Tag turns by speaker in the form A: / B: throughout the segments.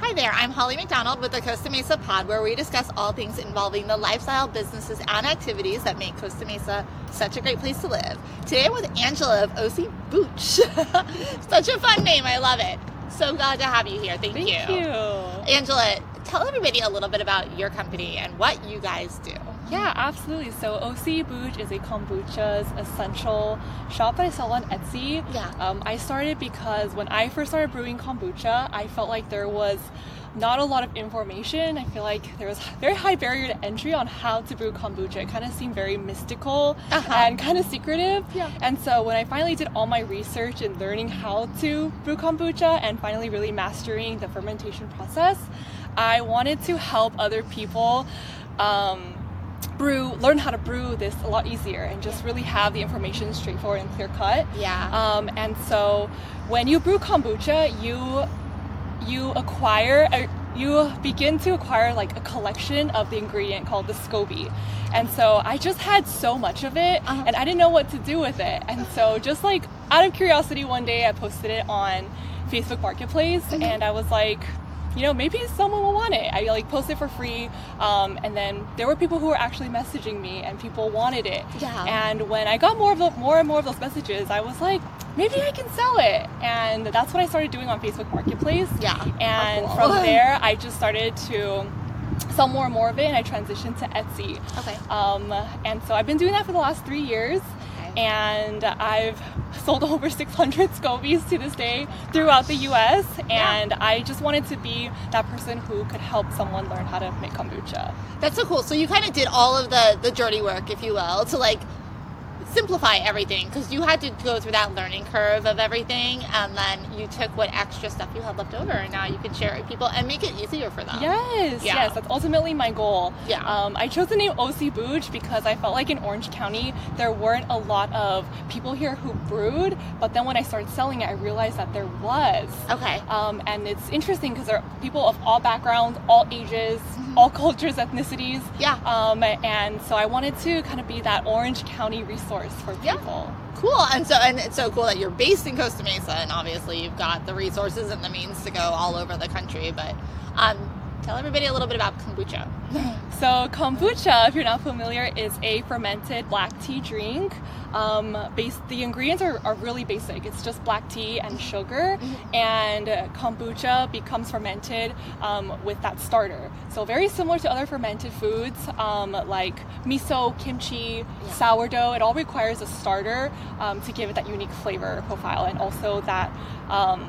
A: Hi there, I'm Holly McDonald with the Costa Mesa Pod, where we discuss all things involving the lifestyle, businesses, and activities that make Costa Mesa such a great place to live. Today I'm with Angela of OC Booch. such a fun name, I love it. So glad to have you here. Thank,
B: Thank
A: you.
B: you.
A: Angela, tell everybody a little bit about your company and what you guys do.
B: Yeah, absolutely. So OC Booch is a kombucha's essential shop that I sell on Etsy.
A: Yeah.
B: Um, I started because when I first started brewing kombucha, I felt like there was not a lot of information. I feel like there was a very high barrier to entry on how to brew kombucha. It kind of seemed very mystical
A: Uh-huh.
B: and kind of secretive.
A: Yeah.
B: And so when I finally did all my research and learning how to brew kombucha and finally really mastering the fermentation process, I wanted to help other people um, brew, learn how to brew this a lot easier and just really have the information straightforward and clear cut.
A: Yeah.
B: Um, and so when you brew kombucha, you you acquire a, you begin to acquire like a collection of the ingredient called the SCOBY. And so I just had so much of it
A: Uh-huh.
B: and I didn't know what to do with it. And so just like out of curiosity one day I posted it on Facebook Marketplace
A: Mhm.
B: and I was like you know, maybe someone will want it. I like posted for free, um, and then there were people who were actually messaging me, and people wanted it.
A: Yeah.
B: And when I got more of the, more and more of those messages, I was like, maybe I can sell it. And that's what I started doing on Facebook Marketplace.
A: yeah. Oh,
B: And
A: Cool.
B: from there, I just started to sell more and more of it, and I transitioned to Etsy.
A: Okay.
B: Um, and so I've been doing that for the last three years.
A: Okay.
B: And I've sold over 600 Scobies to this day throughout the US.
A: Oh Yeah.
B: And I just wanted to be that person who could help someone learn how to make kombucha.
A: That's so cool. So you kind of did all of the the dirty work, if you will, to like simplify everything because you had to go through that learning curve of everything, and then you took what extra stuff you had left over, and now you can share it with people and make it easier for them.
B: Yes,
A: Um, Yeah.
B: yes, that's ultimately my goal.
A: Yeah.
B: Um, I chose the name OC Booge because I felt like in Orange County there weren't a lot of people here who brewed, but then when I started selling it, I realized that there was.
A: Okay.
B: Um, and it's interesting because there are people of all backgrounds, all ages,
A: Mm-hmm.
B: all cultures, ethnicities.
A: Yeah.
B: Um, and so I wanted to kind of be that Orange County resource for
A: Yeah.
B: people.
A: Cool. And so and it's so cool that you're based in Costa Mesa, and obviously you've got the resources and the means to go all over the country. But um, tell everybody a little bit about kombucha.
B: So kombucha, if you're not familiar, is a fermented black tea drink. Um, base, the ingredients are, are really basic. It's just black tea and sugar,
A: Mm-hmm.
B: and uh, kombucha becomes fermented um, with that starter. So very similar to other fermented foods um, like miso, kimchi,
A: Yeah.
B: sourdough. It all requires a starter um, to give it that unique flavor profile, and also that um,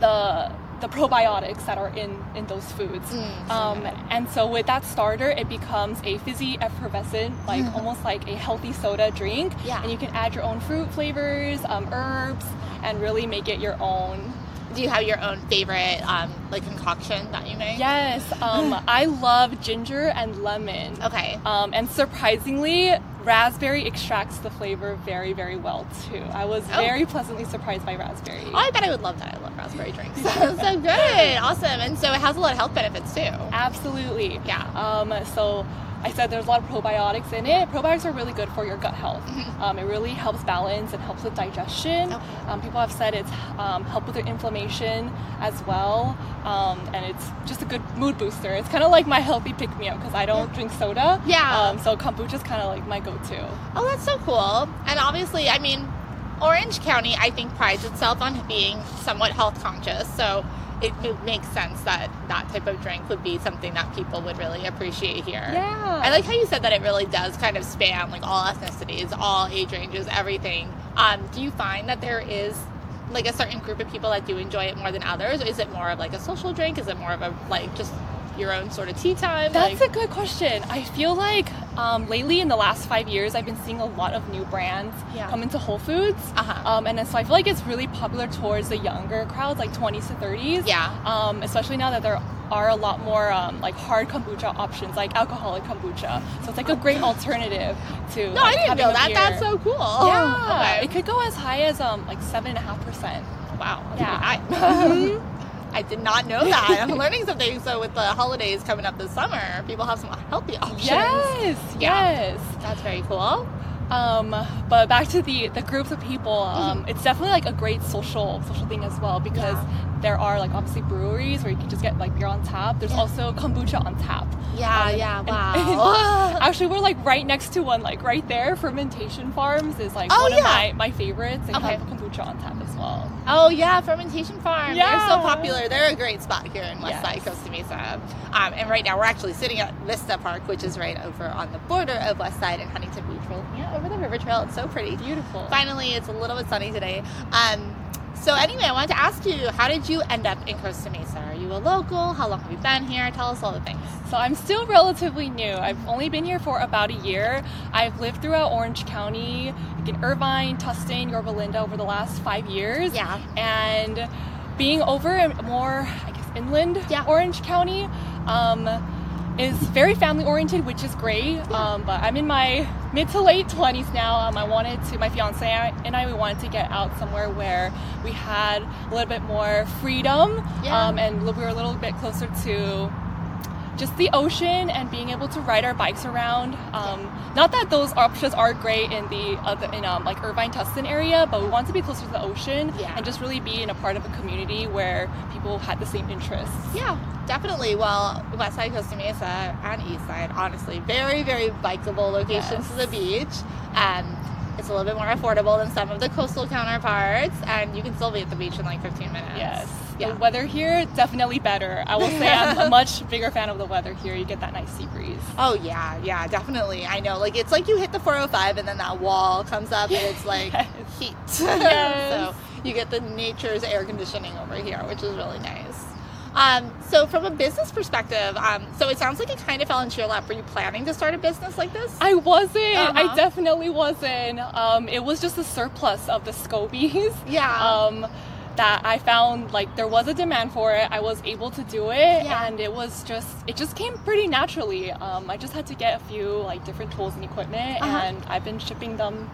B: the the probiotics that are in in those foods.
A: Mm, so
B: um, and so with that starter, it becomes a fizzy, effervescent, like almost like a healthy soda drink.
A: Mm. Yeah.
B: And you can add your own fruit flavors, um, herbs, and really make it your own.
A: Do you have your own favorite um, like concoction that you make?
B: Yes. Um, I love ginger and lemon.
A: Mm. Okay.
B: Um, and surprisingly, raspberry extracts the flavor very, very well too. I was
A: Oh.
B: very pleasantly surprised by raspberry.
A: Oh, I bet I would love that. I love raspberry drinks. so good. Awesome. And so it has a lot of health benefits too.
B: Absolutely.
A: Yeah.
B: Um, so I said there's a lot of probiotics in it. Probiotics are really good for your gut health. Um, it really helps balance and helps with digestion.
A: Mm-hmm. Okay.
B: Um, people have said it's um, help with their inflammation as well, um, and it's just a good mood booster. It's kind of like my healthy pick me up because I don't drink soda.
A: Yeah.
B: Um, so kombucha is kind of like my go-to.
A: Oh, that's so cool. And obviously, I mean, Orange County, I think, prides itself on being somewhat health conscious. So it, it makes sense that that type of drink would be something that people would really appreciate here.
B: Yeah.
A: I like how you said that it really does kind of span like all ethnicities, all age ranges, everything. Um, do you find that there is like a certain group of people that do enjoy it more than others? Or is it more of like a social drink? Is it more of a like just your own sort of tea time?
B: That's
A: like,
B: a good question. I feel like um, lately in the last five years, I've been seeing a lot of new brands
A: Yeah.
B: come into Whole Foods.
A: Uh-huh.
B: Um, and so I feel like it's really popular towards the younger crowds, like 20s to 30s.
A: Yeah.
B: Um, especially now that there are a lot more um, like hard kombucha options, like alcoholic kombucha. So it's like a great alternative to.
A: no, I
B: like,
A: didn't
B: having
A: know
B: a
A: that.
B: beer.
A: That's so cool.
B: Yeah.
A: Okay.
B: It could go as high as um, like 7.5%.
A: Wow.
B: Yeah.
A: I, I did not know that. I'm learning something. So with the holidays coming up this summer, people have some healthy options.
B: Yes,
A: Yeah.
B: yes.
A: That's very cool.
B: Um, but
A: Mm-hmm.
B: back to the the groups of people, um, it's definitely like a great social social thing as well because there are like obviously breweries where you can just get like beer on tap. There's
A: Yeah.
B: also kombucha on tap.
A: Yeah,
B: Um,
A: yeah,
B: and-
A: wow.
B: Actually, we're like right next to one, like right there. Fermentation Farms is like
A: Oh,
B: one
A: yeah.
B: of my, my favorites. They
A: Okay.
B: have kombucha on tap as well.
A: Oh yeah, Fermentation Farm. They're so
B: Yeah.
A: popular. They're a great spot here in West
B: Yes.
A: Side, Costa Mesa. Um, and right now we're actually sitting at Vista Park, which is right over on the border of West Side and Huntington Beach. We're looking out over the river trail. It's so pretty.
B: Beautiful.
A: Finally, it's a little bit sunny today. Um, so anyway, I wanted to ask you, how did you end up in Costa Mesa? Are you a local? How long have you been here? Tell us all the things.
B: So I'm still relatively new. I've only been here for about a year. I've lived throughout Orange County, like in Irvine, Tustin, Yorba Linda over the last five years.
A: Yeah.
B: And being over in more, I guess, inland
A: Yeah.
B: Orange County um, is very family oriented, which is great. Um, but I'm in my mid to late 20s now. Um, I wanted to, my fiance and I, we wanted to get out somewhere where we had a little bit more freedom
A: Yeah.
B: um, and we were a little bit closer to just the ocean and being able to ride our bikes around. Um, not that those options are great in the other in um, like Irvine Tustin area, but we want to be closer to the ocean
A: Yeah.
B: and just really be in a part of a community where people had the same interests.
A: Yeah, definitely. Well, West Side Costa Mesa and East Side, honestly, very, very bikeable locations
B: Yes.
A: to the beach. Um, it's a little bit more affordable than some of the coastal counterparts, and you can still be at the beach in like 15 minutes.
B: Yes.
A: Yeah.
B: The weather here definitely better. I will say I'm a much bigger fan of the weather here. You get that nice sea breeze.
A: Oh yeah, yeah, definitely. I know. Like it's like you hit the 405 and then that wall comes up and it's like
B: Yes.
A: heat.
B: Yes.
A: so you get the nature's air conditioning over here, which is really nice. Um, so from a business perspective, um, so it sounds like it kind of fell into your lap. Were you planning to start a business like this?
B: I wasn't.
A: Uh-huh.
B: I definitely wasn't. Um, it was just a surplus of the scobies.
A: yeah.
B: um, that I found like there was a demand for it. I was able to do it,
A: Yeah.
B: and it was just it just came pretty naturally. Um, I just had to get a few like different tools and equipment,
A: Uh-huh.
B: and I've been shipping them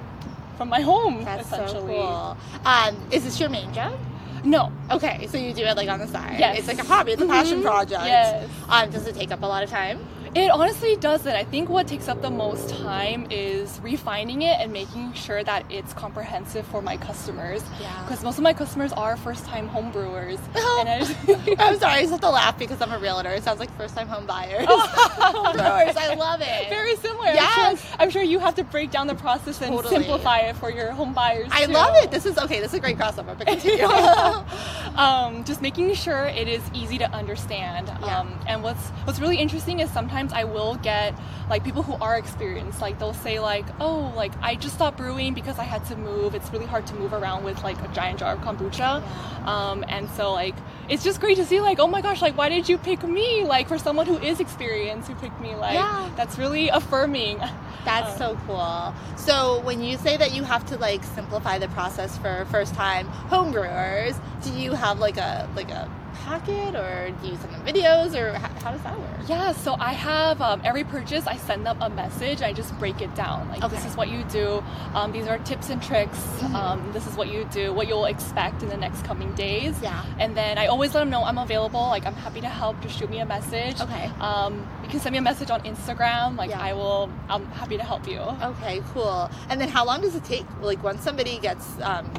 B: from my home
A: That's so
B: essentially.
A: cool. Um, is this your main job?
B: No,
A: Okay, so you do it like on the side.
B: Yes.
A: It's like a hobby, it's a passion
B: Mhm.
A: project.
B: Yes.
A: Um, does it take up a lot of time?
B: it honestly doesn't. I think what takes up the most time is refining it and making sure that it's comprehensive for my customers.
A: Yeah. Oh.
B: Because most of my customers are first-time home brewers, and I just-
A: I'm sorry, I just have to laugh because I'm a realtor. It sounds like first time home buyers. Home brewers, I love it.
B: Oh, Very similar. I'm
A: Yes.
B: sure- I'm, sure, you have to break down the process and
A: Totally.
B: simplify it for your home buyers.
A: I
B: too.
A: love it. This is okay, this is a great crossover, but continue.
B: um, just making sure it is easy to understand.
A: Yeah.
B: Um, and what's what's really interesting is sometimes I will get like people who are experienced, like they'll say like, oh, like I just stopped brewing because I had to move. It's really hard to move around with like a giant jar of kombucha. Um, and so like it's just great to see like, oh my gosh, like why did you pick me? Like for someone who is experienced who picked me, like
A: Yeah.
B: that's really affirming.
A: That's so cool. So when you say that you have to like simplify the process for first time home brewers, do you have like a like a packet or do you send them videos or how, how does that work?
B: Yeah, so I have um, every purchase, I send them a message. I just break it down. Like, this
A: Okay. Mm-hmm.
B: is what you do. Um, these are tips and tricks. Um, this is what you do, what you'll expect in the next coming days.
A: Yeah.
B: And then I always let them know I'm available. Like, I'm happy to help. Just shoot me a message.
A: Okay.
B: Um, you can send me a message on Instagram. Like,
A: Yeah.
B: I will, I'm happy to help you.
A: Okay, cool. And then how long does it take? Like once somebody gets um,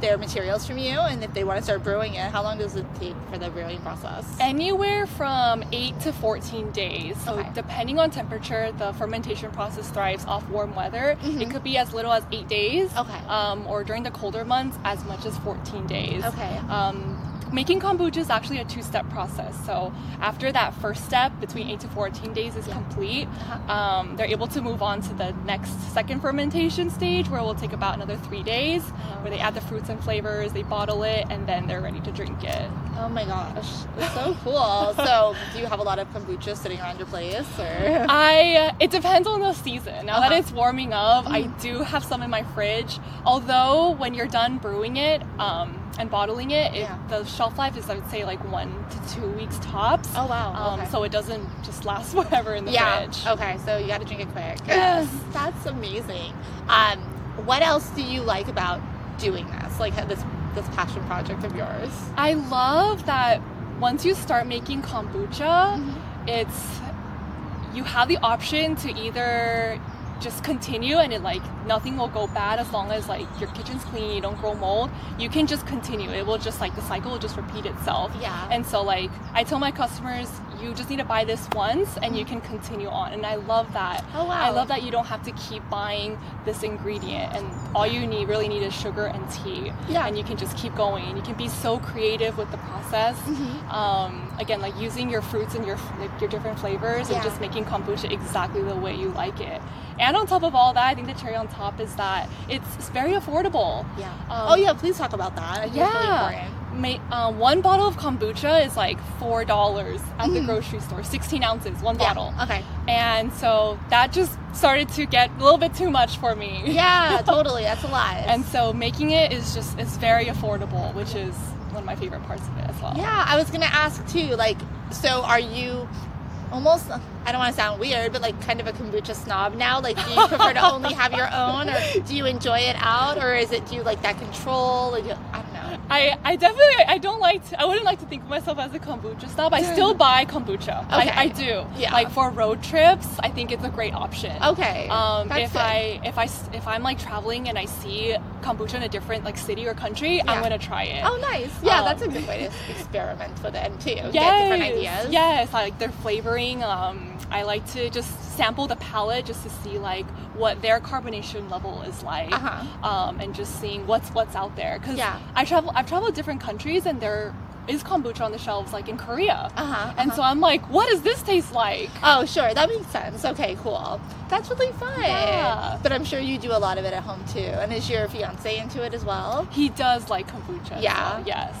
A: their materials from you, and if they want to start brewing it, how long does it take for the brewing process?
B: Anywhere from 8 to 14 days. So,
A: Okay.
B: depending on temperature, the fermentation process thrives off warm weather. It could be as little as 8 days.
A: Mm-hmm. Okay.
B: Um, or during the colder months, as much as 14 days.
A: Okay.
B: Um, making kombucha is actually a two step process. So, after that first step, between 8 to 14 days is
A: Yeah. Uh-huh.
B: complete, um, they're able to move on to the next second fermentation stage, where it will take about another three days,
A: Oh,
B: where they add the fruits and flavors, they bottle it, and then they're ready to drink it.
A: oh my gosh, that's so cool. so, do you have a lot of kombucha sitting around your place, or
B: I uh, it depends on the season. Now that
A: Uh-huh.
B: it's warming up, I
A: Mm.
B: do have some in my fridge. Although when you're done brewing it um, and bottling it, it
A: Yeah.
B: the shelf life is I would say like one to two weeks tops.
A: Oh, wow.
B: Um,
A: Okay.
B: So it doesn't just last forever in the
A: yeah?
B: fridge.
A: Okay, so you got to drink it quick.
B: Yes.
A: that's amazing. Um, what else do you like about doing this? Like this this passion project of yours?
B: I love that once you start making
A: Mm-hmm.
B: kombucha, it's you have the option to either just continue and it like nothing will go bad as long as like your kitchen's clean you don't grow mold you can just continue it will just like the cycle will just repeat itself
A: Yeah.
B: and so like i tell my customers you just need to buy this once and you can continue on and i love
A: Oh,
B: that
A: Mm-hmm. wow.
B: i love that you don't have to keep buying this ingredient and all you need really need is sugar and tea
A: Yeah.
B: and you can just keep going and you can be so creative with the process
A: Mm-hmm.
B: um, again like using your fruits and your like, your different flavors
A: Yeah.
B: and just making kombucha exactly the way you like it and on top of all that i think the cherry on top is that it's, it's very affordable
A: Yeah.
B: Um,
A: oh yeah, please talk about that. I think it's really
B: yeah
A: important.
B: Ma- uh, one bottle of kombucha is like four dollars at the
A: Mhm.
B: grocery store 16 ounces one
A: Yeah,
B: bottle
A: Okay.
B: and so that just started to get a little bit too much for me
A: Yeah, totally. That's a lot.
B: and so making it is just it's very affordable which is one of my favorite parts of it as well
A: Yeah, I was gonna ask too. Like, so are you almost? I don't want to sound weird, but like kind of a kombucha snob now. Like, do you prefer to only have your own, or do you enjoy it out, or is it do you like that control? Like, I don't know.
B: I, I definitely I don't like to, I wouldn't like to think of myself as a kombucha snob. I still buy kombucha.
A: Okay.
B: I, I do.
A: Yeah.
B: Like for road trips, I think it's a great option.
A: Okay.
B: Um,
A: that's
B: if
A: good.
B: I if I s- if I'm like traveling and I see kombucha in a different like city or country,
A: Yeah.
B: I'm gonna try it.
A: Oh, nice. Yeah,
B: Um,
A: that's a good way to experiment with it too.
B: yes.
A: Get different ideas.
B: Yes, I like their flavoring. Um, I like to just sample the palette just to see like what their carbonation level is like,
A: Uh-huh.
B: um, and just seeing what's what's out there. Because
A: Yeah.
B: I travel, I've traveled different countries, and there is kombucha on the shelves like in Korea,
A: Uh huh.
B: and so I'm like, what does this taste like?
A: Oh, sure. That makes sense. Okay, cool. That's really fun.
B: Yeah.
A: But I'm sure you do a lot of it at home too. And is your fiance into it as well?
B: He does like kombucha. as
A: Yeah.
B: well, yes.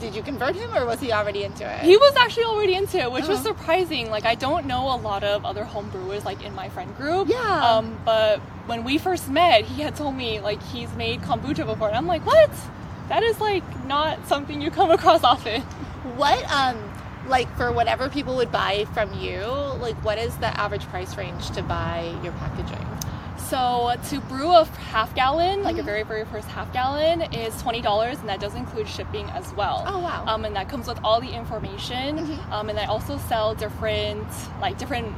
A: Did you convert him or was he already into it?
B: He was actually already into it, which was
A: Uh-huh.
B: surprising. Like I don't know a lot of other home brewers like in my friend group.
A: Yeah.
B: Um, but when we first met, he had told me like he's made kombucha before, and I'm like, what? That is like not something you come across often.
A: What um like for whatever people would buy from you, like what is the average price range to buy your packaging?
B: So to brew a half gallon, like your
A: Mhm.
B: very very first half gallon, is twenty dollars, and that does include shipping as well.
A: Oh wow.
B: Um, and that comes with all the information.
A: Mhm.
B: Um, and I also sell different, like different,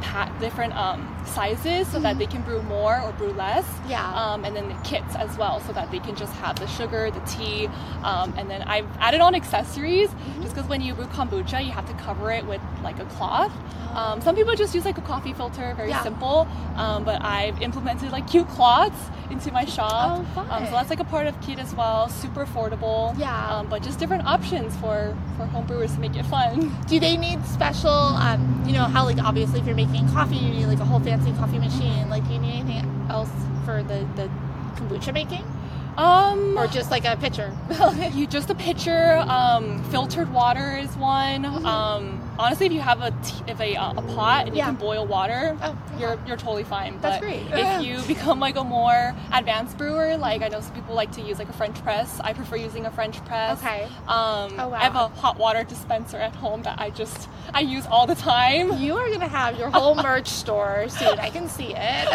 B: pat, different um, sizes so
A: Mhm.
B: that they can brew more or brew less.
A: yeah.
B: Um, and then the kits as well, so that they can just have the sugar, the tea, um, and then I've added on accessories just because when you brew kombucha, you have to cover it with like a cloth. Um, some people just use like a coffee filter, very
A: Yeah.
B: simple. Um, but I've implemented like cute cloths into my shop.
A: Oh, fun.
B: Um, so that's like a part of kit as well. Super affordable.
A: Yeah.
B: Um, but just different options for for homebrewers to make it fun.
A: do they need special um you know how like obviously if you're making coffee you need like a whole fancy coffee machine. Like do you need anything else for the, the kombucha making?
B: Um,
A: Or just like a pitcher?
B: you just a pitcher. Um, filtered water is one.
A: Mhm.
B: Um, honestly, if you have a t- if a, uh, a pot and
A: Yeah.
B: you can boil water,
A: oh
B: you're you're totally fine.
A: That's
B: but
A: great. Oh,
B: If you become like a more advanced brewer, like I know some people like to use like a French press. I prefer using a French press.
A: Okay.
B: Um,
A: Oh, wow.
B: I have a hot water dispenser at home that I just I use all the time.
A: You are gonna have your whole merch store soon. I can see it.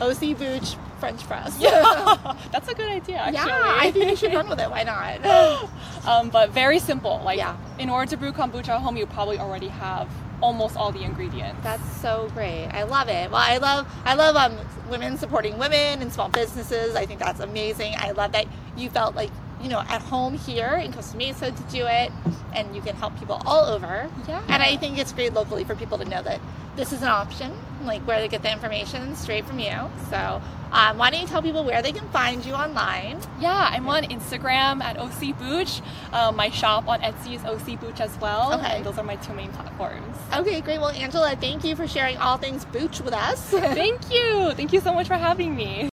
A: OC Booch French press.
B: Yeah, that's a good idea. Actually.
A: Yeah, I think you should run with it. Why not?
B: um, but very simple. Like
A: Yeah.
B: in order to brew kombucha at home, you probably already have almost all the ingredients.
A: That's so great. I love it. Well, I love I love um women supporting women and small businesses. I think that's amazing. I love that you felt like you know at home here in Costa Mesa to do it, and you can help people all over.
B: yeah.
A: And I think it's great locally for people to know that this is an option, like where to get the information straight from you. So, um, why don't you tell people where they can find you online?
B: Yeah, I'm on Instagram at OC Booch. Um, my shop on Etsy is OC Booch as well.
A: Okay.
B: And those are my two main platforms.
A: Okay, great. Well, Angela, thank you for sharing all things Booch with us.
B: Thank you. Thank you so much for having me.